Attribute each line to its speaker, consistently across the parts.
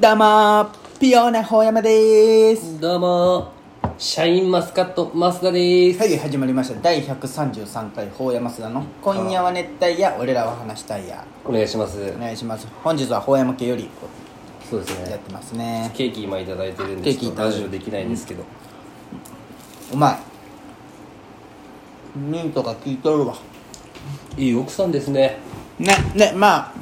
Speaker 1: どうもーピオーナほうやまでーす
Speaker 2: どうもシャインマスカット増田です、
Speaker 1: はい始まりました第133回ほうやますだの「今夜は熱帯夜俺らは話したいや
Speaker 2: お願いします」
Speaker 1: お願いします本日はほうやま家より
Speaker 2: そうです
Speaker 1: やっ
Speaker 2: ね
Speaker 1: てますね
Speaker 2: ケーキ今いただいてるん
Speaker 1: ケ
Speaker 2: で
Speaker 1: ーキ
Speaker 2: ちょっとラジオできないんですけど、
Speaker 1: うまいミントが効いとるわ
Speaker 2: いい奥さんですね
Speaker 1: ねねまあ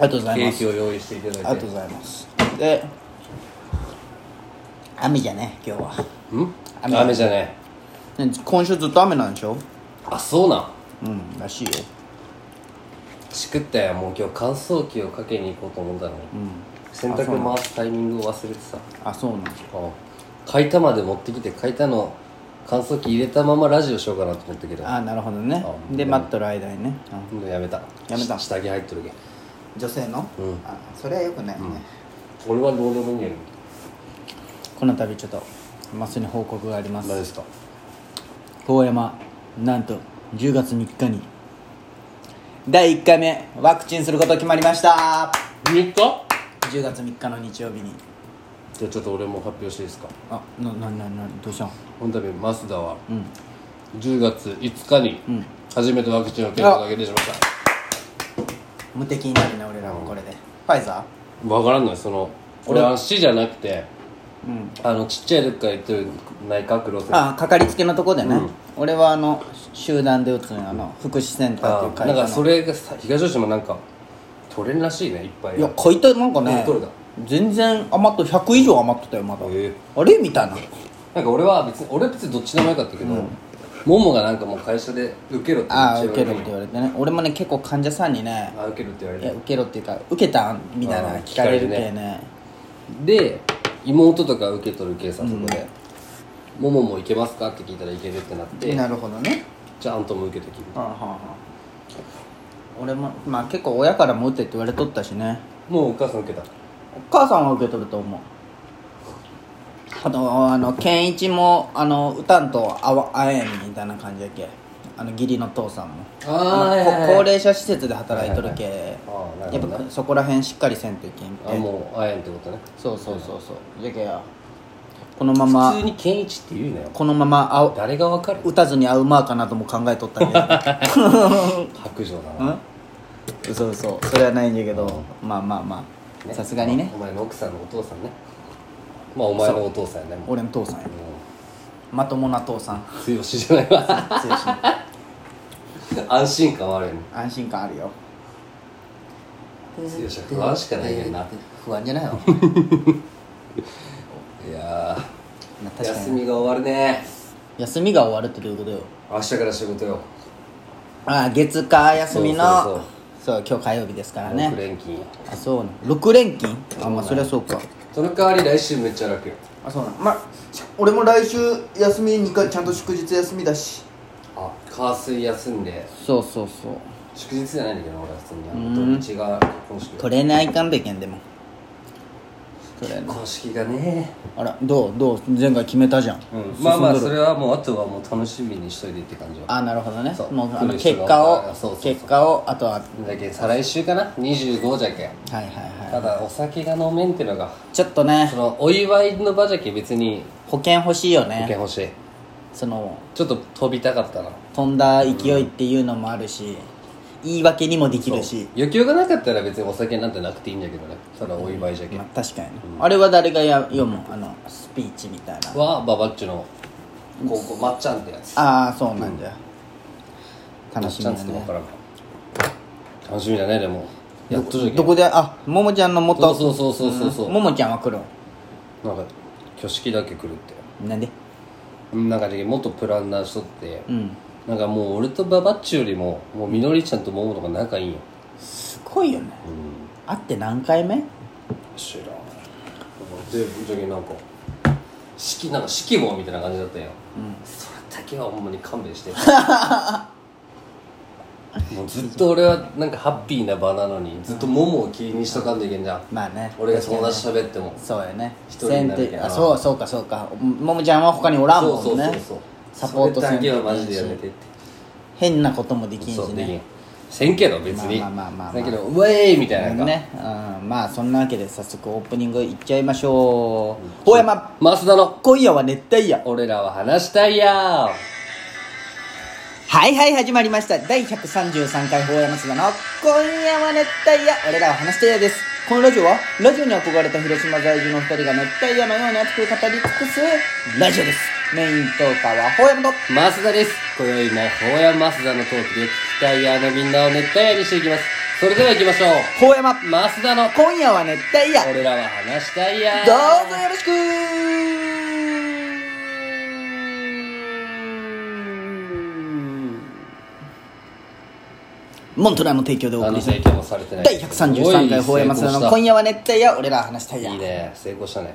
Speaker 1: ありがとうござい
Speaker 2: ケ
Speaker 1: ま
Speaker 2: ーキ
Speaker 1: す
Speaker 2: を用意していただいて
Speaker 1: ありがとうございますで雨じゃね今日は
Speaker 2: うん
Speaker 1: 雨
Speaker 2: 雨じゃね
Speaker 1: ね今週ずっと雨なんでしょ
Speaker 2: あそうなん
Speaker 1: うんらしいよ
Speaker 2: しくったやもう今日乾燥機をかけに行こうと思ったのに、洗濯回すタイミングを忘れてさ
Speaker 1: あそうなん
Speaker 2: あ書いたまで持ってきて書いたの乾燥機入れたままラジオしようかなと思ったけど
Speaker 1: あなるほどね
Speaker 2: あ
Speaker 1: で待っとる間にね、うん
Speaker 2: もうやめた
Speaker 1: やめた
Speaker 2: し下着入っとるけん
Speaker 1: 女性の、
Speaker 2: うん
Speaker 1: あそれはよくないね、
Speaker 2: 俺はどうでもいいんや
Speaker 1: この度ちょっとマスに報告がありま
Speaker 2: けど何
Speaker 1: す
Speaker 2: ですか
Speaker 1: 遠山なんと10月3日に第1回目ワクチンすること決まりました
Speaker 2: 3日
Speaker 1: 10月3日の日曜日に
Speaker 2: じゃあちょっと俺も発表していいですか
Speaker 1: あななななどうしたん
Speaker 2: この度マスダは
Speaker 1: うん
Speaker 2: 10月5日に初めてワクチンを検討が決定しました、
Speaker 1: 無敵になるね俺らもこれで、ファイザ
Speaker 2: 分からんのよその俺は市じゃなくて
Speaker 1: ーうん
Speaker 2: あのちっちゃい時から言ってる内科クロス
Speaker 1: あかかりつけのとこでね、
Speaker 2: うん
Speaker 1: 俺はあの集団で打つのよあの福祉センターっていう会
Speaker 2: なん
Speaker 1: 社の
Speaker 2: かそれがさ東吉もなんか取れんらしいねいっぱい
Speaker 1: いや買いたいなんかね
Speaker 2: 取れた
Speaker 1: 全然余っと100以上余ってたよまだ、
Speaker 2: へえ
Speaker 1: あれみたいな
Speaker 2: なんか俺は別に俺は別にどっちでもよかったけど、ももがなんかもう会社で受けろって
Speaker 1: ああ受け
Speaker 2: る
Speaker 1: ろって言われてね俺もね結構患者さんにね
Speaker 2: あ受けるって言われ
Speaker 1: いや
Speaker 2: て
Speaker 1: 受けろっていうか受けたんみたいな
Speaker 2: あー
Speaker 1: 聞かれるけ
Speaker 2: 聞か
Speaker 1: ね
Speaker 2: れるで妹とか受け取る計さそこで「もももいけますか?」って聞いたらいけるってなって
Speaker 1: なるほどね
Speaker 2: じゃああんたも受けてきる
Speaker 1: はあはあはあ俺もまあ結構親からも打てって言われとったしね
Speaker 2: もうお母さん受けた
Speaker 1: お母さんは受け取ると思うあとあの健一もあの歌んとあわ会えんみたいな感じやけあの義理の父さんも
Speaker 2: あー
Speaker 1: の
Speaker 2: はいはいはい
Speaker 1: こ高齢者施設で働いとるけ、
Speaker 2: ああな
Speaker 1: や
Speaker 2: る
Speaker 1: っ
Speaker 2: ほどね
Speaker 1: ぱそこら辺しっかりせんといけん
Speaker 2: あ
Speaker 1: って
Speaker 2: もう会えんってことね
Speaker 1: そうそうそうそうじゃけやこのま
Speaker 2: 普
Speaker 1: ま
Speaker 2: 通に健一って言うなよ
Speaker 1: このままあお
Speaker 2: 誰がわかる
Speaker 1: 打たずに会うまーかなとも考えとったけどね
Speaker 2: 白状 だ
Speaker 1: うん
Speaker 2: な
Speaker 1: そうそうそれはないんだけどまあまあまあ
Speaker 2: ね
Speaker 1: さすがにね
Speaker 2: お前の奥さんのお父さんねまあお前のお父さんやねもう
Speaker 1: 俺の父さんや
Speaker 2: う
Speaker 1: まともな父さん
Speaker 2: ん強しじゃないわ
Speaker 1: 強いし
Speaker 2: 安心感はあるよね
Speaker 1: 安心感あるよ
Speaker 2: 強しは不安しかないけどな
Speaker 1: 不安じゃ ないの
Speaker 2: いや
Speaker 1: まあ確
Speaker 2: ー
Speaker 1: か
Speaker 2: 休
Speaker 1: に
Speaker 2: みが終わるね
Speaker 1: 休みが終わるってどういうことよ
Speaker 2: 明日から仕事よ
Speaker 1: ああ月火休みの
Speaker 2: そう
Speaker 1: そう今日火曜日ですから
Speaker 2: 6
Speaker 1: ね
Speaker 2: 連勤や
Speaker 1: あそうな6連勤あまあそりゃそうか
Speaker 2: その代わり来週めっちゃ楽よ
Speaker 1: あそうなまあ俺も来週休み2回ちゃんと祝日休みだし
Speaker 2: あ火水休んで
Speaker 1: そうそうそう
Speaker 2: 祝日じゃないんだけど俺は普通にあの土日が結婚式
Speaker 1: トレーナーいかんといけんでもトレーナー
Speaker 2: 結婚式がね
Speaker 1: あらどうどう前回決めたじゃん、
Speaker 2: うんまあまあ
Speaker 1: 進んど
Speaker 2: そ
Speaker 1: る
Speaker 2: れはもうあとはもう楽しみにしといてって感じは
Speaker 1: あなるほどね
Speaker 2: そう
Speaker 1: もうあの
Speaker 2: 来る人
Speaker 1: 結
Speaker 2: が
Speaker 1: 果を
Speaker 2: あそうそうそう
Speaker 1: 結果をあとははい
Speaker 2: だけど再来週かな25じゃけん
Speaker 1: はいはい
Speaker 2: ただお酒が飲めんってのが
Speaker 1: ちょっとね
Speaker 2: そのお祝いの場じゃけん別に
Speaker 1: 保険欲しいよ
Speaker 2: 保
Speaker 1: ね
Speaker 2: 険欲しい
Speaker 1: その
Speaker 2: ちょっと飛びたかったな
Speaker 1: 飛んだ勢いっていうのもあるし、言い訳にもできるし、
Speaker 2: 余興がなかったら別にお酒なんてなくていいんだけどねただお祝いじゃけん
Speaker 1: まあ、確かに、あれは誰がや読むあのスピーチみたいな
Speaker 2: はババッチの高校まっちゃんってやつ
Speaker 1: ああそうなんじゃ、楽しみだ
Speaker 2: チャンスで
Speaker 1: ね
Speaker 2: 分からん楽しみだねでもやっとじゃけ
Speaker 1: どこであももちゃんの元
Speaker 2: そうそうそうそうそう
Speaker 1: ももちゃんは来る
Speaker 2: なんか挙式だけ来るって
Speaker 1: んなんで
Speaker 2: うんなんかね元プランナーしとって
Speaker 1: うん
Speaker 2: なんかもう俺とババッチよりももうみのりちゃんとももとか仲いいんよ
Speaker 1: すごいよね
Speaker 2: うん
Speaker 1: 会って何回目
Speaker 2: 知らんでじゃけなんか式なんか式もみたいな感じだったんよ、それだけはほんまに勘弁 してもうずっと俺はなんかハッピーな場なのにずっとももを気にしとかんといけんじゃん
Speaker 1: まあね
Speaker 2: 俺が友達と喋っても
Speaker 1: そうやね
Speaker 2: 一人になるけど
Speaker 1: 先手あそうそうかそうかももちゃんは他におらんもんね
Speaker 2: そうそうそうそう
Speaker 1: サポート
Speaker 2: それだけは
Speaker 1: せんと
Speaker 2: マ
Speaker 1: いけんし
Speaker 2: ジでやめてって
Speaker 1: 変なこともできんし
Speaker 2: そうできん
Speaker 1: ね
Speaker 2: せんけど別に
Speaker 1: まあまあまあまあ
Speaker 2: せんけどウェイみたいなのが
Speaker 1: ね、うん、まあそんなわけで早速オープニングいっちゃいましょう大山
Speaker 2: 増田の
Speaker 1: 今夜は熱帯夜
Speaker 2: 俺らは話したいや
Speaker 1: はいはい始まりました第133回大山須田の「今夜は熱帯夜俺らは話してや」ですこのラジオはラジオに憧れた広島在住の2人が熱帯夜のように熱く語り尽くすラジオですメイントーカーは大山と
Speaker 2: 増田です今宵もホヤ増田のトークで聞きたいやのみんなを熱帯夜にしていきますそれでは行きましょう
Speaker 1: 大山
Speaker 2: 増田の
Speaker 1: 今夜は熱帯夜
Speaker 2: 俺らは話したいや
Speaker 1: どうぞよろしくモントラーの提供でお
Speaker 2: あ
Speaker 1: 送
Speaker 2: の
Speaker 1: りす
Speaker 2: 成
Speaker 1: る
Speaker 2: 功されてない
Speaker 1: 第133回放映松田の今夜は熱帯夜俺らは話したいや
Speaker 2: いいね成功したね、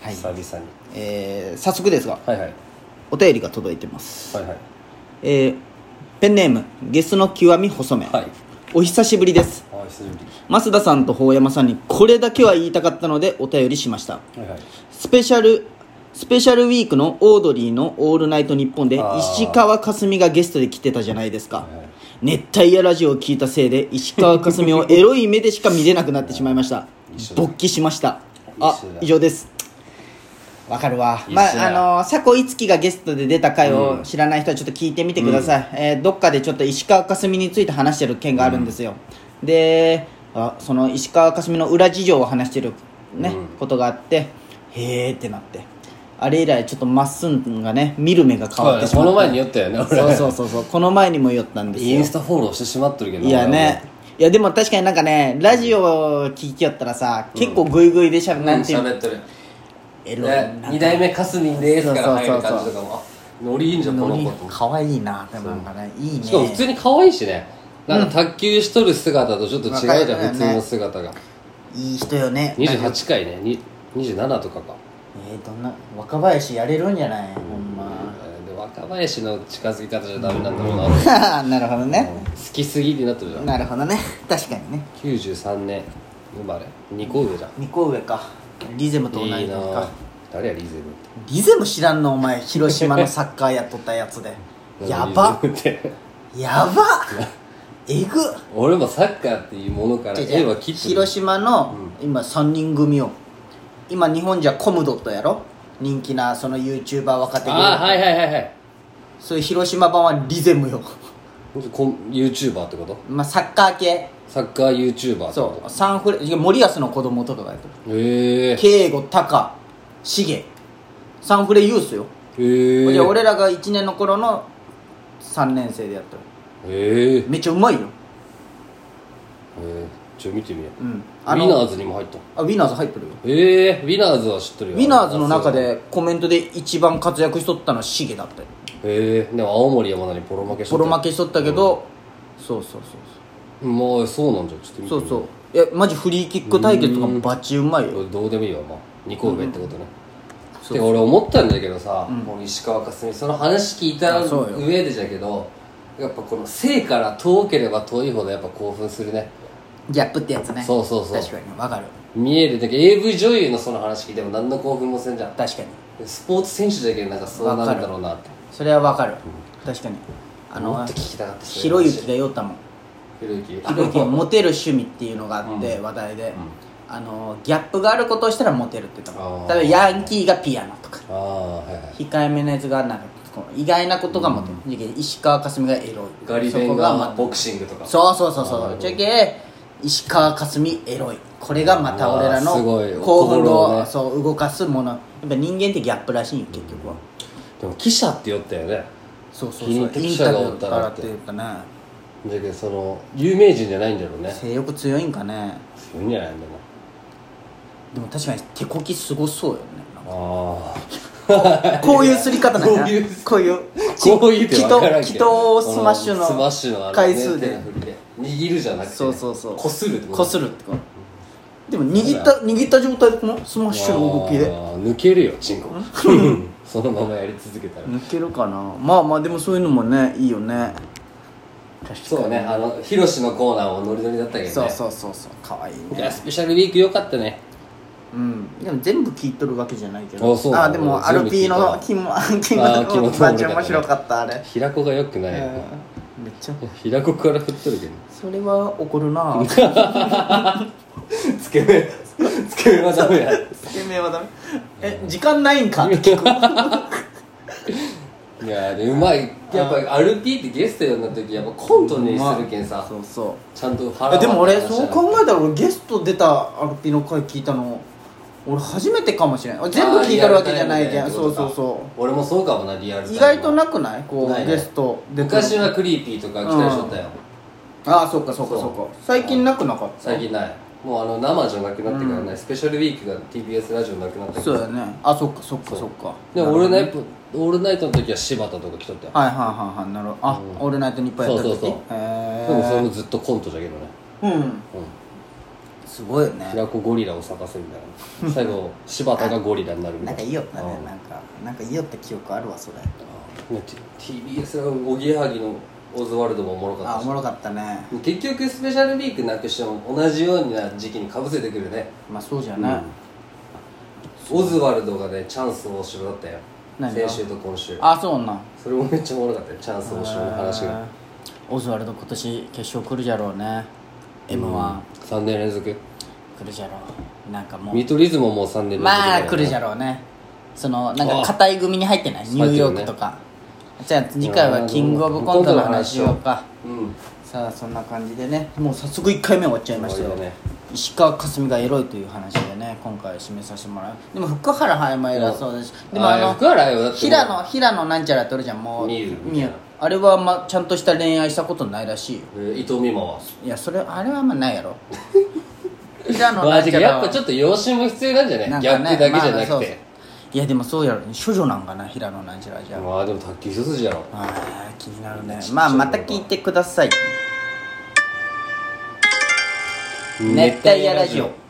Speaker 1: はい
Speaker 2: 久々に
Speaker 1: えー早速ですが
Speaker 2: はいはい
Speaker 1: お便りが届いてます
Speaker 2: はいはい
Speaker 1: えーペンネームゲスの極み細め、
Speaker 2: はい
Speaker 1: お久しぶりです
Speaker 2: あ久しぶ
Speaker 1: 増田さんと法山さんにこれだけは言いたかったのでお便りしました
Speaker 2: りはいはい
Speaker 1: スペシャルスペシャルウィークのオードリーの「オールナイトニッポン」で
Speaker 2: あー
Speaker 1: 石川佳純がゲストで来てたじゃないですか
Speaker 2: はいはい
Speaker 1: 熱帯夜ラジオを聞いたせいで石川佳純をエロい目でしか見れなくなってしまいました
Speaker 2: 一緒だ
Speaker 1: 勃起しましたあ
Speaker 2: 一緒だ
Speaker 1: 以上ですわかるわ
Speaker 2: 一緒
Speaker 1: ま
Speaker 2: だ
Speaker 1: ああの佐古樹がゲストで出た回を知らない人はちょっと聞いてみてください、えーどっかでちょっと石川佳純について話してる件があるんですよ、であその石川佳純の裏事情を話してるね、
Speaker 2: うん
Speaker 1: ことがあってへーってなってあれ以来ちょっとまっすんがね見る目が変わってしまっ
Speaker 2: こ
Speaker 1: た
Speaker 2: の前に酔ったよね俺
Speaker 1: そうそうそうそうこの前にも言ったんです
Speaker 2: イン
Speaker 1: よ
Speaker 2: スタフォローしてしまっとるけど
Speaker 1: いやねいやでも確かになんかねラジオ聞きよったらさ結構グイグイでしゃべなんていう
Speaker 2: 喋ってる
Speaker 1: エロい
Speaker 2: ね
Speaker 1: な
Speaker 2: 二代目かすみんですから入
Speaker 1: そ
Speaker 2: る
Speaker 1: うそうそう
Speaker 2: 感じとかもあノリいいんじゃんこ
Speaker 1: ノ
Speaker 2: の
Speaker 1: リ
Speaker 2: 子
Speaker 1: が可愛いなでもなんかねいいね
Speaker 2: しかも普通に可愛いしねなんか卓球しとる姿とちょっと違うじゃ
Speaker 1: わかるよね
Speaker 2: ん普通の姿が
Speaker 1: いい人よね
Speaker 2: 28回ねに27とかか
Speaker 1: えー、どんな若林やれるんじゃないほんま
Speaker 2: で若林の近づき方じゃダメなんだろうな好
Speaker 1: なるほどね
Speaker 2: きすぎになってるじゃん
Speaker 1: なるほどね 確かにね
Speaker 2: 93年生まれ2個上じゃん
Speaker 1: 2個上かリゼムと同じ
Speaker 2: いいな
Speaker 1: 年
Speaker 2: ぁ
Speaker 1: か
Speaker 2: 誰やリゼムっ
Speaker 1: リゼム知らんのお前広島のサッカーやっとったやつ で
Speaker 2: て
Speaker 1: やば
Speaker 2: リゼムって
Speaker 1: やばえぐ
Speaker 2: 俺もサッカーっていうものから
Speaker 1: 違う違う
Speaker 2: 絵は切ってる
Speaker 1: 広島の今3人組を今日本じゃコムドットやろ人気なその YouTuber 若手グルー
Speaker 2: あ
Speaker 1: プ
Speaker 2: あはいはいはいはい
Speaker 1: そういう広島版はリゼムよ
Speaker 2: こん YouTuber ってこと
Speaker 1: まあサッカー系
Speaker 2: サッカー YouTuber って
Speaker 1: そ
Speaker 2: こ
Speaker 1: うサンフレいや森保の子供とかがやってる
Speaker 2: とへえ
Speaker 1: 慶吾タカシゲサンフレユースよ、
Speaker 2: へえ
Speaker 1: じゃあ俺らが1年の頃の3年生でやってる
Speaker 2: へえ
Speaker 1: めっちゃうまいよ
Speaker 2: ちょ見てみよう
Speaker 1: う
Speaker 2: ウ
Speaker 1: ん
Speaker 2: ィナーズにも入った
Speaker 1: あウィナーズ入ってるよ
Speaker 2: へえウィナーズは知っと
Speaker 1: ウ
Speaker 2: るよ
Speaker 1: ィナーズの中でコメントで一番活躍しとったのはシゲだったよ
Speaker 2: へえでも青森山田にボロ負けし
Speaker 1: ボ
Speaker 2: と
Speaker 1: ロ負けしとったけど、そうそうそう
Speaker 2: けまあそうなんじゃちょっと見て
Speaker 1: そ
Speaker 2: み
Speaker 1: うそ
Speaker 2: よ
Speaker 1: うそういやマジフリーキック対決とかもバチうまいよ
Speaker 2: 俺どうでもいいわまあ2個上ってことね、
Speaker 1: そう
Speaker 2: で俺思ったんだけどさ、この石川佳純その話聞いた
Speaker 1: あそうよ
Speaker 2: 上でじゃけどやっぱこの生から遠ければ遠いほどやっぱ興奮するね
Speaker 1: ギャップってやつね
Speaker 2: そうそうそう
Speaker 1: 確かにわかる
Speaker 2: 見えるだけ AV 女優のその話聞いても何の興奮もせんじゃん
Speaker 1: 確かに
Speaker 2: スポーツ選手じゃけどなんかそうなるんだろうなって
Speaker 1: それはわかる確かにあ
Speaker 2: も
Speaker 1: の
Speaker 2: っと聞きたかった
Speaker 1: ひろゆきが言おったもん
Speaker 2: ひろゆき
Speaker 1: ひろゆきはモテる趣味っていうのがあって話題で、あのギャップがあることをしたらモテるって言ったもん
Speaker 2: あー
Speaker 1: 例えばヤンキーがピアノとか
Speaker 2: ああはいはい
Speaker 1: 控えめなやつがなんかこう意外なことがモテる、じゃけ石川佳純がエロい
Speaker 2: ガリベ
Speaker 1: そこ
Speaker 2: ン
Speaker 1: がま
Speaker 2: が
Speaker 1: た
Speaker 2: ボクシングとか
Speaker 1: そうそうそう
Speaker 2: あ
Speaker 1: そ
Speaker 2: ー
Speaker 1: うじゃけ石川佳純エロいこれがまた俺らの
Speaker 2: うわーすごい
Speaker 1: 興奮
Speaker 2: 心を
Speaker 1: を
Speaker 2: ね
Speaker 1: そう動かすものやっぱ人間ってギャップらしいよ結局は
Speaker 2: でも記者って言ったよね
Speaker 1: そうそうそう
Speaker 2: 筋
Speaker 1: イン
Speaker 2: 肉
Speaker 1: タ
Speaker 2: 者
Speaker 1: ビ
Speaker 2: が
Speaker 1: ュ
Speaker 2: お
Speaker 1: ー
Speaker 2: った
Speaker 1: からら
Speaker 2: っ
Speaker 1: ってていうかね
Speaker 2: じゃけどその有名人じゃないんだろうね
Speaker 1: 性欲強いんかね
Speaker 2: 強いんじゃないんだな
Speaker 1: でも確かに手こきすごそうよね
Speaker 2: あ
Speaker 1: こういうすり方なん
Speaker 2: こう
Speaker 1: や
Speaker 2: いう
Speaker 1: こういう
Speaker 2: こういうって
Speaker 1: 祈
Speaker 2: 分
Speaker 1: 祷
Speaker 2: からん
Speaker 1: 祈
Speaker 2: けど
Speaker 1: 祷
Speaker 2: こ
Speaker 1: スマッシ
Speaker 2: スマッシュ
Speaker 1: ュ
Speaker 2: のあ
Speaker 1: の
Speaker 2: れ
Speaker 1: 回数
Speaker 2: ね
Speaker 1: で
Speaker 2: 手の振りで握るじゃなくて
Speaker 1: そうそうそう
Speaker 2: こするって
Speaker 1: こするってことでも握った握った状態でこのスマッシュの動きで
Speaker 2: あー抜けるよチンコ そのままやり続けたら
Speaker 1: 抜けるかなまあまあでもそういうのもねいいよね確
Speaker 2: そうねあのヒロシのコーナーもノリノリだったけどね
Speaker 1: そうそうそうそうかわいい
Speaker 2: いや
Speaker 1: ね
Speaker 2: スペシャルウィーク良かったね
Speaker 1: うんでも全部聞いとるわけじゃないけど
Speaker 2: あそうなの
Speaker 1: でもアル
Speaker 2: 全部聞
Speaker 1: ピ
Speaker 2: い
Speaker 1: ー
Speaker 2: た
Speaker 1: のキモキモ
Speaker 2: あーキモ
Speaker 1: の
Speaker 2: トー
Speaker 1: バ
Speaker 2: ル
Speaker 1: チ
Speaker 2: だね
Speaker 1: 面白かったあれ
Speaker 2: 平子が良くない、
Speaker 1: うんめっちゃ
Speaker 2: 平子から振っとるけど
Speaker 1: それは怒るな
Speaker 2: つけ麺 つけ麺はダメや
Speaker 1: つけ麺はダメえ時間ないんか
Speaker 2: いやーでうまいやっぱり RP ってゲスト呼んだ時やっぱコントにするけんさ
Speaker 1: そうそう
Speaker 2: ちゃんと
Speaker 1: え
Speaker 2: 腹
Speaker 1: でも
Speaker 2: 割
Speaker 1: 俺
Speaker 2: って話
Speaker 1: そう
Speaker 2: だな
Speaker 1: 考えたら俺ゲスト出たアルピの回聞いたの俺初めてかもしれない全部聞いてるわけじゃないけ
Speaker 2: あーリアルタイム
Speaker 1: ん
Speaker 2: で
Speaker 1: そうそうそ
Speaker 2: 俺もそうかもなリアル
Speaker 1: う
Speaker 2: タイム
Speaker 1: 意外となくないこう
Speaker 2: ないね
Speaker 1: ゲスト出てる
Speaker 2: 昔はクリーピーとか来たりしとったよ、
Speaker 1: ああそっかそっかそっ
Speaker 2: そう
Speaker 1: か最近なくなかった
Speaker 2: 最近ないもうあの生じゃなくなってからね、スペシャルウィークが TBS ラジオなくなったけ
Speaker 1: そう
Speaker 2: ど
Speaker 1: だねあそっかそっか
Speaker 2: そう
Speaker 1: そっか
Speaker 2: でも俺
Speaker 1: な
Speaker 2: ナ
Speaker 1: る
Speaker 2: イトオールナイトの時は柴田とか来とったよ
Speaker 1: ほどねはいはいはいはいなるほどあ
Speaker 2: うん
Speaker 1: オールナイトニッポンやった時
Speaker 2: そうそうそう
Speaker 1: へ
Speaker 2: でもそれも
Speaker 1: え
Speaker 2: ずっとコントじゃけどね、
Speaker 1: うん
Speaker 2: う
Speaker 1: すごいよ
Speaker 2: ん、
Speaker 1: ね
Speaker 2: 平子ゴリラを探せみたいな最後柴田がゴリラになるみた
Speaker 1: ないん
Speaker 2: な
Speaker 1: かいいよったね
Speaker 2: うん
Speaker 1: なんかなんかいいよった記憶あるわそれ
Speaker 2: もう T- TBS のおぎやはぎのオズワルドもおもろか
Speaker 1: あ
Speaker 2: った
Speaker 1: お
Speaker 2: し
Speaker 1: もろかったね
Speaker 2: 結局スペシャルウィークなくしても同じような時期にかぶせてくるね、
Speaker 1: まあそうじゃない
Speaker 2: オズワルドがねチャンス大城だったよ
Speaker 1: 何が
Speaker 2: 先週と今週
Speaker 1: あそうなん
Speaker 2: それもめっちゃおもろかったよチャンス大城の話が
Speaker 1: オズワルド今年決勝来るじゃろうね m 1
Speaker 2: 3年連続
Speaker 1: 来るじゃろうなんかも
Speaker 2: 見
Speaker 1: う
Speaker 2: 取り図ももう3年連続
Speaker 1: まあ来るじゃ
Speaker 2: ん
Speaker 1: ろうねそのなんか硬い組に入ってないニューヨークとか、じゃあ次回はキングオブコントの話しようか
Speaker 2: うん
Speaker 1: さあそんな感じでねもう早速1回目終わっちゃいましたよ
Speaker 2: 終わりだね
Speaker 1: 石川佳純がエロいという話でね今回締めさせてもらうでも福原はやも偉そうだし、でもあの
Speaker 2: 福原よだってもう
Speaker 1: 平野平野なんちゃらとるじゃんもう
Speaker 2: 見る
Speaker 1: 見るあれは、ま、ちゃんとした恋愛したことないらしいよ
Speaker 2: えー伊藤美誠はい
Speaker 1: やそれあれはあんまないや ろ平野
Speaker 2: ま
Speaker 1: な
Speaker 2: あ
Speaker 1: ん
Speaker 2: て
Speaker 1: ちゃ
Speaker 2: からや
Speaker 1: は
Speaker 2: っぱちょっと養子も必要なんじゃない
Speaker 1: なんか
Speaker 2: 逆
Speaker 1: ね
Speaker 2: だけじゃ
Speaker 1: ま
Speaker 2: な
Speaker 1: あそう
Speaker 2: く
Speaker 1: そう
Speaker 2: て
Speaker 1: いやでもそうやろ処女なんかな平野なんちゃらじゃあ、
Speaker 2: まあでも卓球一筋やろ
Speaker 1: あー気になるねまあまた聞いてください熱帯夜ラジオ